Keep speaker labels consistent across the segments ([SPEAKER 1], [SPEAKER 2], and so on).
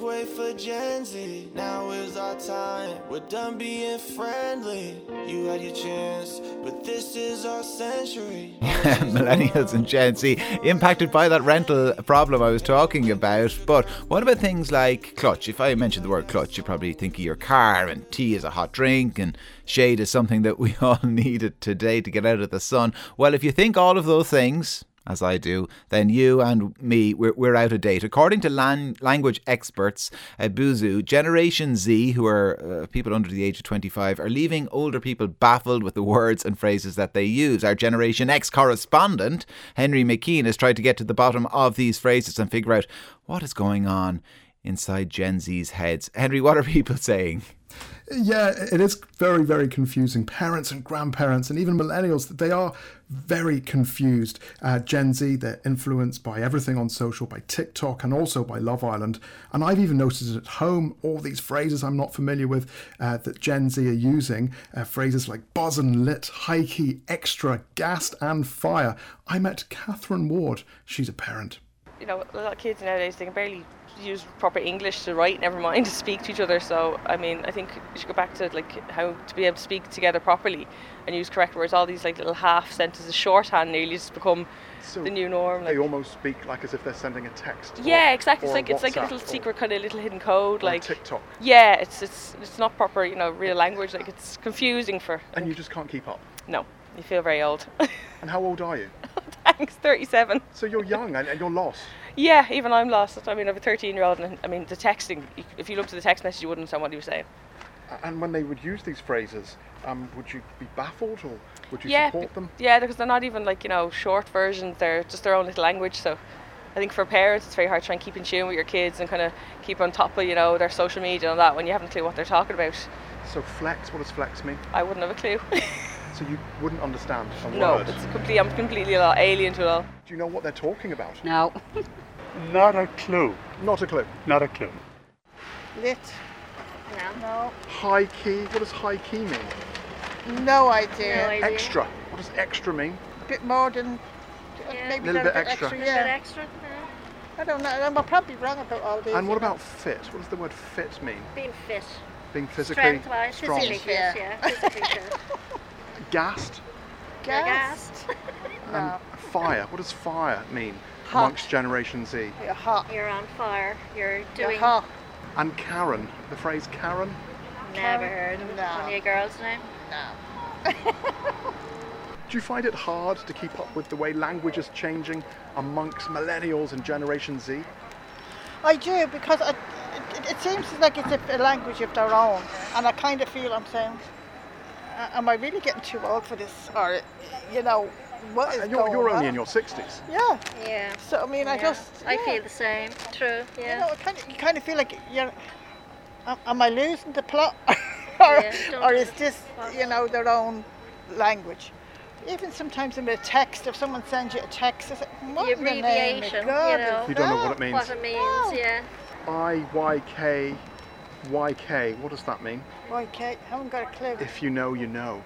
[SPEAKER 1] way for Gen Z. Now is our time. We're done being friendly. You had your chance, but this is our century.
[SPEAKER 2] millennials and Gen Z impacted by that rental problem I was talking about. But what about things like clutch? If I mention the word clutch, you probably think of your car, and tea is a hot drink, and shade is something that we all needed today to get out of the sun. Well, if you think all of those things, as I do, then you and me, we're, we're out of date. According to lan- language experts, uh, Buzu, Generation Z, who are uh, people under the age of 25, are leaving older people baffled with the words and phrases that they use. Our Generation X correspondent, Henry McKean, has tried to get to the bottom of these phrases and figure out what is going on inside Gen Z's heads. Henry, what are people saying?
[SPEAKER 3] Yeah, it is very, very confusing. Parents and grandparents, and even millennials, they are very confused. Uh, Gen Z, they're influenced by everything on social, by TikTok, and also by Love Island. And I've even noticed at home all these phrases I'm not familiar with uh, that Gen Z are using. Uh, phrases like buzz and lit, hikey, extra, gassed, and fire. I met Catherine Ward. She's a parent.
[SPEAKER 4] You know, a lot of kids nowadays, they can barely use proper English to write, never mind to speak to each other. So I mean, I think you should go back to like how to be able to speak together properly and use correct words. All these like little half sentences, shorthand nearly just become
[SPEAKER 5] So
[SPEAKER 4] the new norm.
[SPEAKER 5] They
[SPEAKER 4] Like.
[SPEAKER 5] almost speak like as if they're sending a text. or-
[SPEAKER 4] Yeah, exactly. It's
[SPEAKER 5] or
[SPEAKER 4] like it's like a
[SPEAKER 5] WhatsApp
[SPEAKER 4] little
[SPEAKER 5] or-
[SPEAKER 4] secret kind of little hidden code.
[SPEAKER 5] or
[SPEAKER 4] Like
[SPEAKER 5] TikTok,
[SPEAKER 4] yeah, it's it's it's not proper, you know, real language. Like it's confusing for
[SPEAKER 5] and you just can't keep up.
[SPEAKER 4] no. You feel very old.
[SPEAKER 5] And how old are you?
[SPEAKER 4] Thanks, 37.
[SPEAKER 5] So you're young and, and you're lost.
[SPEAKER 4] Yeah, even I'm lost. I mean, I have a 13 year old, and I mean, the texting, if you looked at the text message, you wouldn't understand what he was saying.
[SPEAKER 5] A- And when they would use these phrases, um, would you be baffled or would you support
[SPEAKER 4] be-
[SPEAKER 5] them?
[SPEAKER 4] Yeah, because they're not even like you know short versions. They're just their own little language. So, I think for parents, it's very hard trying to keep in tune with your kids and kind of keep on top of you know their social media and all that when you haven't a clue what they're talking about.
[SPEAKER 5] So flex. What does flex mean?
[SPEAKER 4] I wouldn't have a clue.
[SPEAKER 5] So you wouldn't understand a
[SPEAKER 4] no,
[SPEAKER 5] word.
[SPEAKER 4] it's completely. I'm completely lo- alien to it all.
[SPEAKER 5] Do you know what they're talking about?
[SPEAKER 6] No.
[SPEAKER 7] Not a clue.
[SPEAKER 5] Not a clue.
[SPEAKER 7] Not a clue.
[SPEAKER 8] Lit. No.
[SPEAKER 5] High key. What does high key mean?
[SPEAKER 8] No, no idea.
[SPEAKER 5] Extra. What does extra mean?
[SPEAKER 8] A bit more than. uh, Maybe
[SPEAKER 5] Little
[SPEAKER 8] a
[SPEAKER 5] bit
[SPEAKER 8] bit
[SPEAKER 5] extra.
[SPEAKER 8] yeah. I don't know. I'm probably wrong about all these.
[SPEAKER 5] And what about fit? What does the word fit mean?
[SPEAKER 9] Being fit.
[SPEAKER 5] Being physically
[SPEAKER 9] Strength wise,
[SPEAKER 5] strong.
[SPEAKER 9] physically fit,
[SPEAKER 8] Yeah.
[SPEAKER 9] yeah. Physically fit.
[SPEAKER 5] Gassed.
[SPEAKER 9] You're
[SPEAKER 8] gas?
[SPEAKER 9] gassed.
[SPEAKER 5] And fire. What does fire mean
[SPEAKER 8] Hot.
[SPEAKER 5] amongst Generation Z?
[SPEAKER 8] You're hot.
[SPEAKER 9] You're on fire. You're
[SPEAKER 8] You're
[SPEAKER 9] doing.
[SPEAKER 8] hot.
[SPEAKER 5] And Karen. The phrase Karen.
[SPEAKER 9] Never heard of it.
[SPEAKER 8] No.
[SPEAKER 9] Only a girl's name.
[SPEAKER 5] Do you find it hard to keep up with the way language is changing amongst millennials and Generation Z?
[SPEAKER 8] I do because I, it, it seems like it's a, a language of their own, and I kind of feel I'm saying, "Uh, am I really getting too old for this? Or, you know, what is
[SPEAKER 5] And Uh, you're,
[SPEAKER 8] going
[SPEAKER 5] you're only
[SPEAKER 8] on?
[SPEAKER 5] in your 60s.
[SPEAKER 8] Yeah.
[SPEAKER 9] Yeah.
[SPEAKER 8] So I mean, I
[SPEAKER 9] Yeah.
[SPEAKER 8] just.
[SPEAKER 9] I
[SPEAKER 8] yeah.
[SPEAKER 9] feel the same. True.
[SPEAKER 8] You
[SPEAKER 9] Yeah.
[SPEAKER 8] know, it kind of, you kind of feel like you're. Am am I losing the plot, or,
[SPEAKER 9] don't
[SPEAKER 8] or
[SPEAKER 9] do
[SPEAKER 8] is
[SPEAKER 9] the
[SPEAKER 8] this,
[SPEAKER 9] plot.
[SPEAKER 8] you know, their own language? Even sometimes in a text, if someone sends you a text, it's like, what
[SPEAKER 9] The
[SPEAKER 8] in the name of
[SPEAKER 9] abbreviation, you
[SPEAKER 8] God is
[SPEAKER 9] know.
[SPEAKER 5] You don't know what
[SPEAKER 8] that?
[SPEAKER 5] it means.
[SPEAKER 9] What it means,
[SPEAKER 8] No.
[SPEAKER 9] yeah.
[SPEAKER 5] I Y K Y K. What does that mean?
[SPEAKER 8] Why, Kate, I haven't got a clue.
[SPEAKER 5] If you know, you know.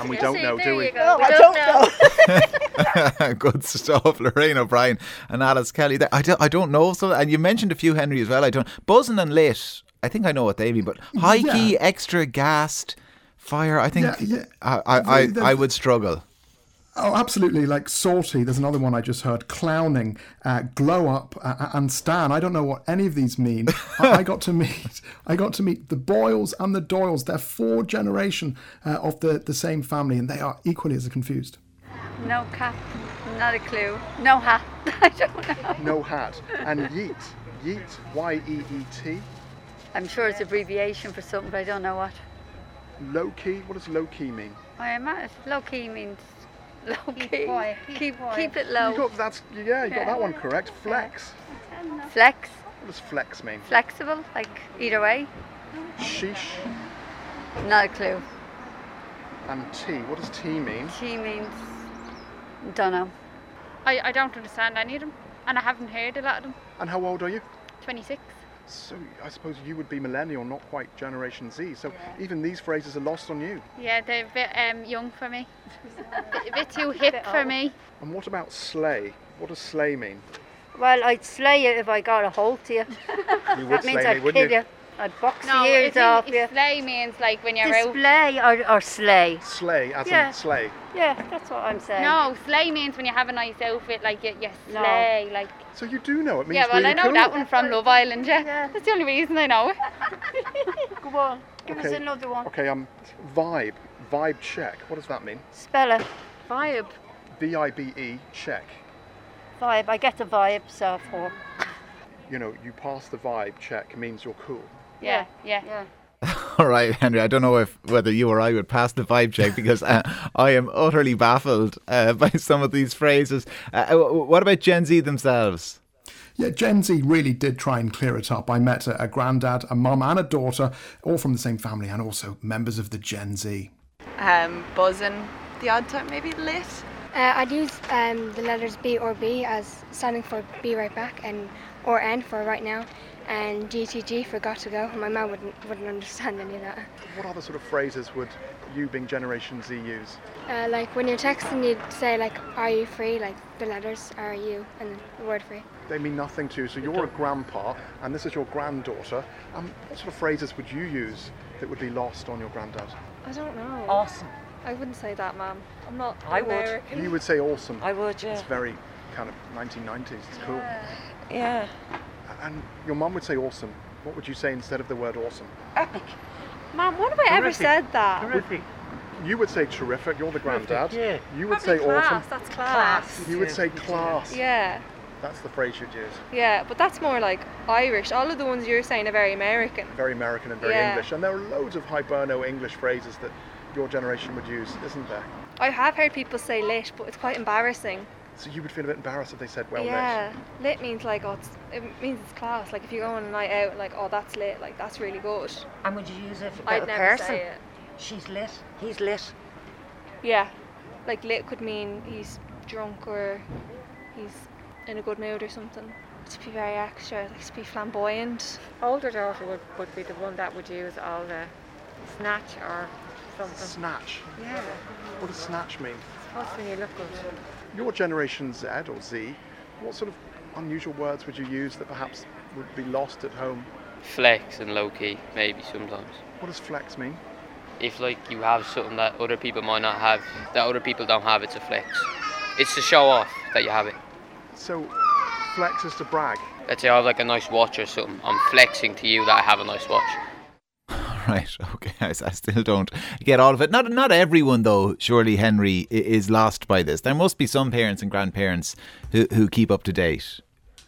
[SPEAKER 5] And we
[SPEAKER 9] You
[SPEAKER 5] don't
[SPEAKER 9] see,
[SPEAKER 5] know,
[SPEAKER 9] there
[SPEAKER 5] do we?
[SPEAKER 9] You
[SPEAKER 8] No,
[SPEAKER 9] go. we
[SPEAKER 8] I
[SPEAKER 9] don't
[SPEAKER 8] don't
[SPEAKER 9] know.
[SPEAKER 8] know.
[SPEAKER 2] Good stuff, Lorraine O'Brien and Alice Kelly. There, I don't, I don't know. So, and you mentioned a few Henry as well. I don't buzzing and lit. I think I know what they mean, but high key, extra gassed, fire. I think
[SPEAKER 3] Yeah, yeah.
[SPEAKER 2] I, I, I,
[SPEAKER 3] They- they-
[SPEAKER 2] I would struggle.
[SPEAKER 3] Oh, absolutely. Like Sorty, there's another one I just heard. Clowning, uh, Glow Up, uh, uh, and Stan. I don't know what any of these mean. I, I got to meet, I got to meet the Boyles and the Doyles. They're four generation uh, of the, the same family, and they are equally as confused.
[SPEAKER 10] No cap, not a clue. No hat, I don't know.
[SPEAKER 5] No hat. And yeet. Yeet. Y E E T.
[SPEAKER 10] I'm sure it's abbreviation for something, but I don't know what.
[SPEAKER 5] Low key. What does low key mean?
[SPEAKER 10] I imagine low key means low key.
[SPEAKER 6] quiet, keep
[SPEAKER 10] keep,
[SPEAKER 6] quiet.
[SPEAKER 10] keep it
[SPEAKER 5] You
[SPEAKER 10] low.
[SPEAKER 5] got that's yeah. You got that one correct. Flex.
[SPEAKER 10] Flex,
[SPEAKER 5] What does flex mean?
[SPEAKER 10] flexible, like either way.
[SPEAKER 5] Sheesh.
[SPEAKER 10] Not a clue.
[SPEAKER 5] And T. What does T mean?
[SPEAKER 10] She means don't know.
[SPEAKER 6] I, I don't understand any of them, and I haven't heard a lot of them.
[SPEAKER 5] And how old are you?
[SPEAKER 6] 26.
[SPEAKER 5] So I suppose you would be millennial, not quite Generation Z. So even these phrases are lost on you.
[SPEAKER 6] Yeah, they're a bit um, young for me. a bit too hip for me.
[SPEAKER 5] And what about slay? What does slay mean?
[SPEAKER 10] Well, I'd slay you if I got a hold of you.
[SPEAKER 5] You would
[SPEAKER 10] Oh, that means
[SPEAKER 5] slay
[SPEAKER 10] I'd
[SPEAKER 5] me,
[SPEAKER 10] kill
[SPEAKER 5] wouldn't you?
[SPEAKER 10] I'd box
[SPEAKER 6] No,
[SPEAKER 10] the ears
[SPEAKER 6] it's in-
[SPEAKER 10] off
[SPEAKER 6] it's
[SPEAKER 10] you.
[SPEAKER 6] slay means like when you're out.
[SPEAKER 10] Display or, or slay.
[SPEAKER 5] Slay, as
[SPEAKER 10] Yeah.
[SPEAKER 5] in slay.
[SPEAKER 10] Yeah, that's what I'm saying.
[SPEAKER 6] No, slay means when you have a nice outfit, like you, you
[SPEAKER 10] No.
[SPEAKER 6] slay, like.
[SPEAKER 5] So you do know it means
[SPEAKER 6] Yeah, well,
[SPEAKER 5] really
[SPEAKER 6] I know
[SPEAKER 5] cool.
[SPEAKER 6] that one from Love Island. Yeah. that's the only reason I know it.
[SPEAKER 10] Go on, give us
[SPEAKER 5] Okay.
[SPEAKER 10] another one.
[SPEAKER 5] Okay, um, vibe, vibe check. What does that mean?
[SPEAKER 10] Spell it. Vibe.
[SPEAKER 5] V I B E check.
[SPEAKER 10] Vibe. I get a vibe, so for.
[SPEAKER 5] You know, you pass the vibe check means you're cool.
[SPEAKER 6] Yeah, yeah.
[SPEAKER 2] All right, Henry. I don't know if whether you or I would pass the vibe check because uh, I am utterly baffled uh, by some of these phrases. Uh, w- w- what about Gen Z themselves?
[SPEAKER 3] Yeah, Gen Z really did try and clear it up. I met a, a granddad, a mum, and a daughter, all from the same family, and also members of the Gen Z.
[SPEAKER 11] Um, buzzing the odd time, maybe lit.
[SPEAKER 12] Uh, I'd use um, the letters B or B as standing for be right back and or N for right now and GTG for got to go. My mum wouldn't wouldn't understand any of that.
[SPEAKER 5] What other sort of phrases would you, being Generation Z, use?
[SPEAKER 12] Uh, like when you're texting, you'd say like Are you free? Like the letters are you and the word free.
[SPEAKER 5] They mean nothing to you. So you're a grandpa, and this is your granddaughter. Um, what sort of phrases would you use that would be lost on your granddad?
[SPEAKER 9] I don't know.
[SPEAKER 8] Awesome.
[SPEAKER 9] I wouldn't say that, Mum. I'm not
[SPEAKER 8] I would.
[SPEAKER 9] American.
[SPEAKER 5] You would say awesome.
[SPEAKER 8] I would, yeah.
[SPEAKER 5] It's very kind of 1990s. It's cool.
[SPEAKER 8] Yeah.
[SPEAKER 5] And your mum would say awesome. What would you say instead of the word awesome?
[SPEAKER 8] Epic.
[SPEAKER 9] Mum, when have I ever
[SPEAKER 5] Terrific.
[SPEAKER 9] said that?
[SPEAKER 5] Terrific. You would say terrific. You're the granddad.
[SPEAKER 9] yeah.
[SPEAKER 5] You would
[SPEAKER 9] Probably
[SPEAKER 5] say
[SPEAKER 9] class.
[SPEAKER 5] awesome.
[SPEAKER 9] That's class.
[SPEAKER 5] You would say class.
[SPEAKER 9] Yeah,
[SPEAKER 5] That's the phrase you'd use.
[SPEAKER 9] yeah, but that's more like Irish. All of the ones you're saying are very American.
[SPEAKER 5] Very American and very
[SPEAKER 9] Yeah.
[SPEAKER 5] English. And there are loads of Hiberno English phrases that your generation would use, isn't there?
[SPEAKER 9] I have heard people say lit, but it's quite embarrassing.
[SPEAKER 5] So you would feel a bit embarrassed if they said well
[SPEAKER 9] yeah, lit means like oh, it's, it means it's class. Like if you go on a night out, like oh, that's lit. Like that's really good.
[SPEAKER 8] And would you use it for
[SPEAKER 9] I'd
[SPEAKER 8] that
[SPEAKER 9] never
[SPEAKER 8] person?
[SPEAKER 9] say it.
[SPEAKER 8] She's lit. He's lit.
[SPEAKER 9] Yeah, like lit could mean he's drunk or he's in a good mood or something. To be very extra, like to be flamboyant.
[SPEAKER 13] Older daughter would, would be the one that would use all the snatch or something.
[SPEAKER 5] Snatch?
[SPEAKER 13] Yeah.
[SPEAKER 5] What does snatch mean?
[SPEAKER 13] Supposed when you look good.
[SPEAKER 5] Your generation Z or Z, what sort of unusual words would you use that perhaps would be lost at home?
[SPEAKER 14] Flex and low key, maybe sometimes.
[SPEAKER 5] What does flex mean?
[SPEAKER 14] If like you have something that other people might not have, that other people don't have, it's a flex. It's to show off that you have it.
[SPEAKER 5] So flex is to brag.
[SPEAKER 14] Let's say I have like a nice watch or something. I'm flexing to you that I have a nice watch.
[SPEAKER 2] Right. Okay. I, s- I still don't get all of it. Not not everyone though. Surely Henry i- is lost by this. There must be some parents and grandparents who who keep up to date.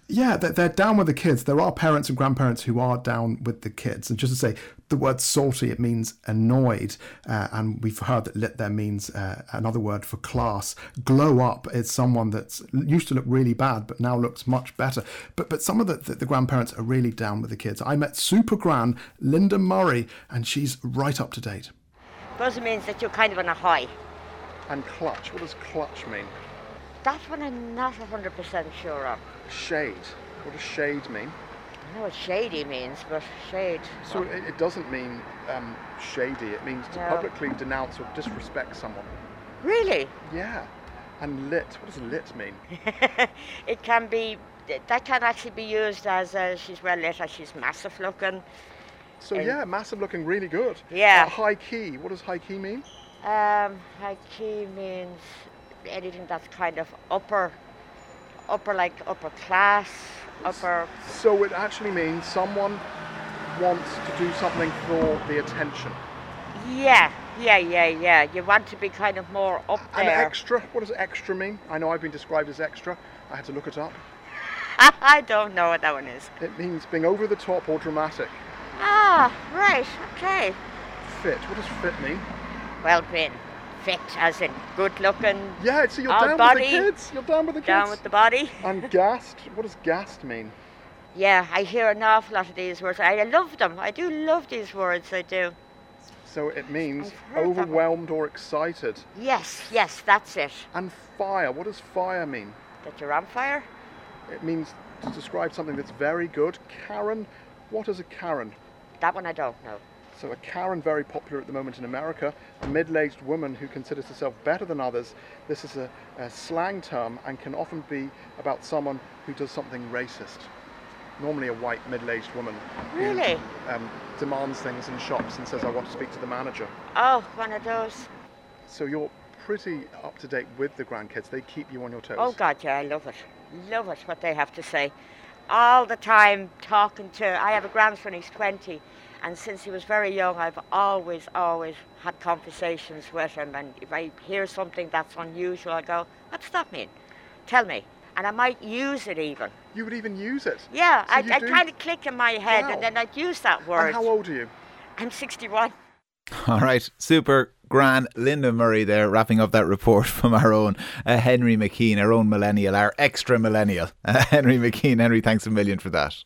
[SPEAKER 3] Yeah, they're, they're down with the kids. There are parents and grandparents who are down with the kids. And just to say, the word salty, it means annoyed. Uh, and we've heard that lit there means uh, another word for class. Glow up is someone that's used to look really bad, but now looks much better. But but some of the, the, the grandparents are really down with the kids. I met super gran Linda Murray, and she's right up to date.
[SPEAKER 8] Buzz means that you're kind of on a high.
[SPEAKER 5] And clutch, what does clutch mean?
[SPEAKER 8] That one I'm not 100% sure of.
[SPEAKER 5] Shade. What does shade mean?
[SPEAKER 8] I know what shady means, but shade.
[SPEAKER 5] So it, it doesn't mean um, shady, it means to
[SPEAKER 8] No.
[SPEAKER 5] publicly denounce or disrespect someone.
[SPEAKER 8] Really?
[SPEAKER 5] Yeah. And lit, what does lit mean?
[SPEAKER 8] It can be, that can actually be used as uh, she's well lit or she's massive looking.
[SPEAKER 5] So
[SPEAKER 8] And-
[SPEAKER 5] yeah, massive looking really good.
[SPEAKER 8] Yeah.
[SPEAKER 5] Uh, high key, what does high key mean?
[SPEAKER 8] Um, high key means anything that's kind of upper, upper like upper class, upper.
[SPEAKER 5] So it actually means someone wants to do something for the attention.
[SPEAKER 8] Yeah, yeah, yeah, yeah. You want to be kind of more up
[SPEAKER 5] And
[SPEAKER 8] there.
[SPEAKER 5] extra, what does extra mean? I know I've been described as extra. I had to look it up.
[SPEAKER 8] I don't know what that one is.
[SPEAKER 5] It means being over the top or dramatic.
[SPEAKER 8] Ah, right, okay.
[SPEAKER 5] Fit, what does fit mean?
[SPEAKER 8] Well been. Fit as in good looking.
[SPEAKER 5] Yeah, so you're
[SPEAKER 8] all
[SPEAKER 5] down
[SPEAKER 8] body.
[SPEAKER 5] with the kids. You're down with the kids.
[SPEAKER 8] Down with the body.
[SPEAKER 5] and gassed, what does gassed mean?
[SPEAKER 8] Yeah, I hear an awful lot of these words. I love them. I do love these words, I do.
[SPEAKER 5] So it means
[SPEAKER 8] heard that one.
[SPEAKER 5] overwhelmed or excited.
[SPEAKER 8] Yes, yes, that's it.
[SPEAKER 5] And fire, what does fire mean?
[SPEAKER 8] That you're on fire?
[SPEAKER 5] It means to describe something that's very good. Karen, what is a Karen?
[SPEAKER 8] That one I don't know.
[SPEAKER 5] So a Karen, very popular at the moment in America, a middle-aged woman who considers herself better than others. This is a, a slang term and can often be about someone who does something racist. Normally a white middle-aged woman
[SPEAKER 8] Really?
[SPEAKER 5] who um, demands things in shops and says, "I want to speak to the manager."
[SPEAKER 8] Oh, one of those.
[SPEAKER 5] So you're pretty up to date with the grandkids. They keep you on your toes.
[SPEAKER 8] Oh God, yeah, I love it. Love it what they have to say. All the time talking to. I have a grandson. He's twenty, and since he was very young, I've always, always had conversations with him. And if I hear something that's unusual, I go, "What does that mean? Tell me." And I might use it even.
[SPEAKER 5] You would even use it.
[SPEAKER 8] Yeah,
[SPEAKER 5] So
[SPEAKER 8] I,
[SPEAKER 5] you
[SPEAKER 8] I
[SPEAKER 5] do-
[SPEAKER 8] kind of click in my head,
[SPEAKER 5] Wow.
[SPEAKER 8] and then I'd use that word.
[SPEAKER 5] And how old are you?
[SPEAKER 8] I'm 61.
[SPEAKER 2] All right, super grand Linda Murray there, wrapping up that report from our own uh, Henry McKean, our own millennial, our extra millennial. Uh, Henry McKean, Henry, thanks a million for that.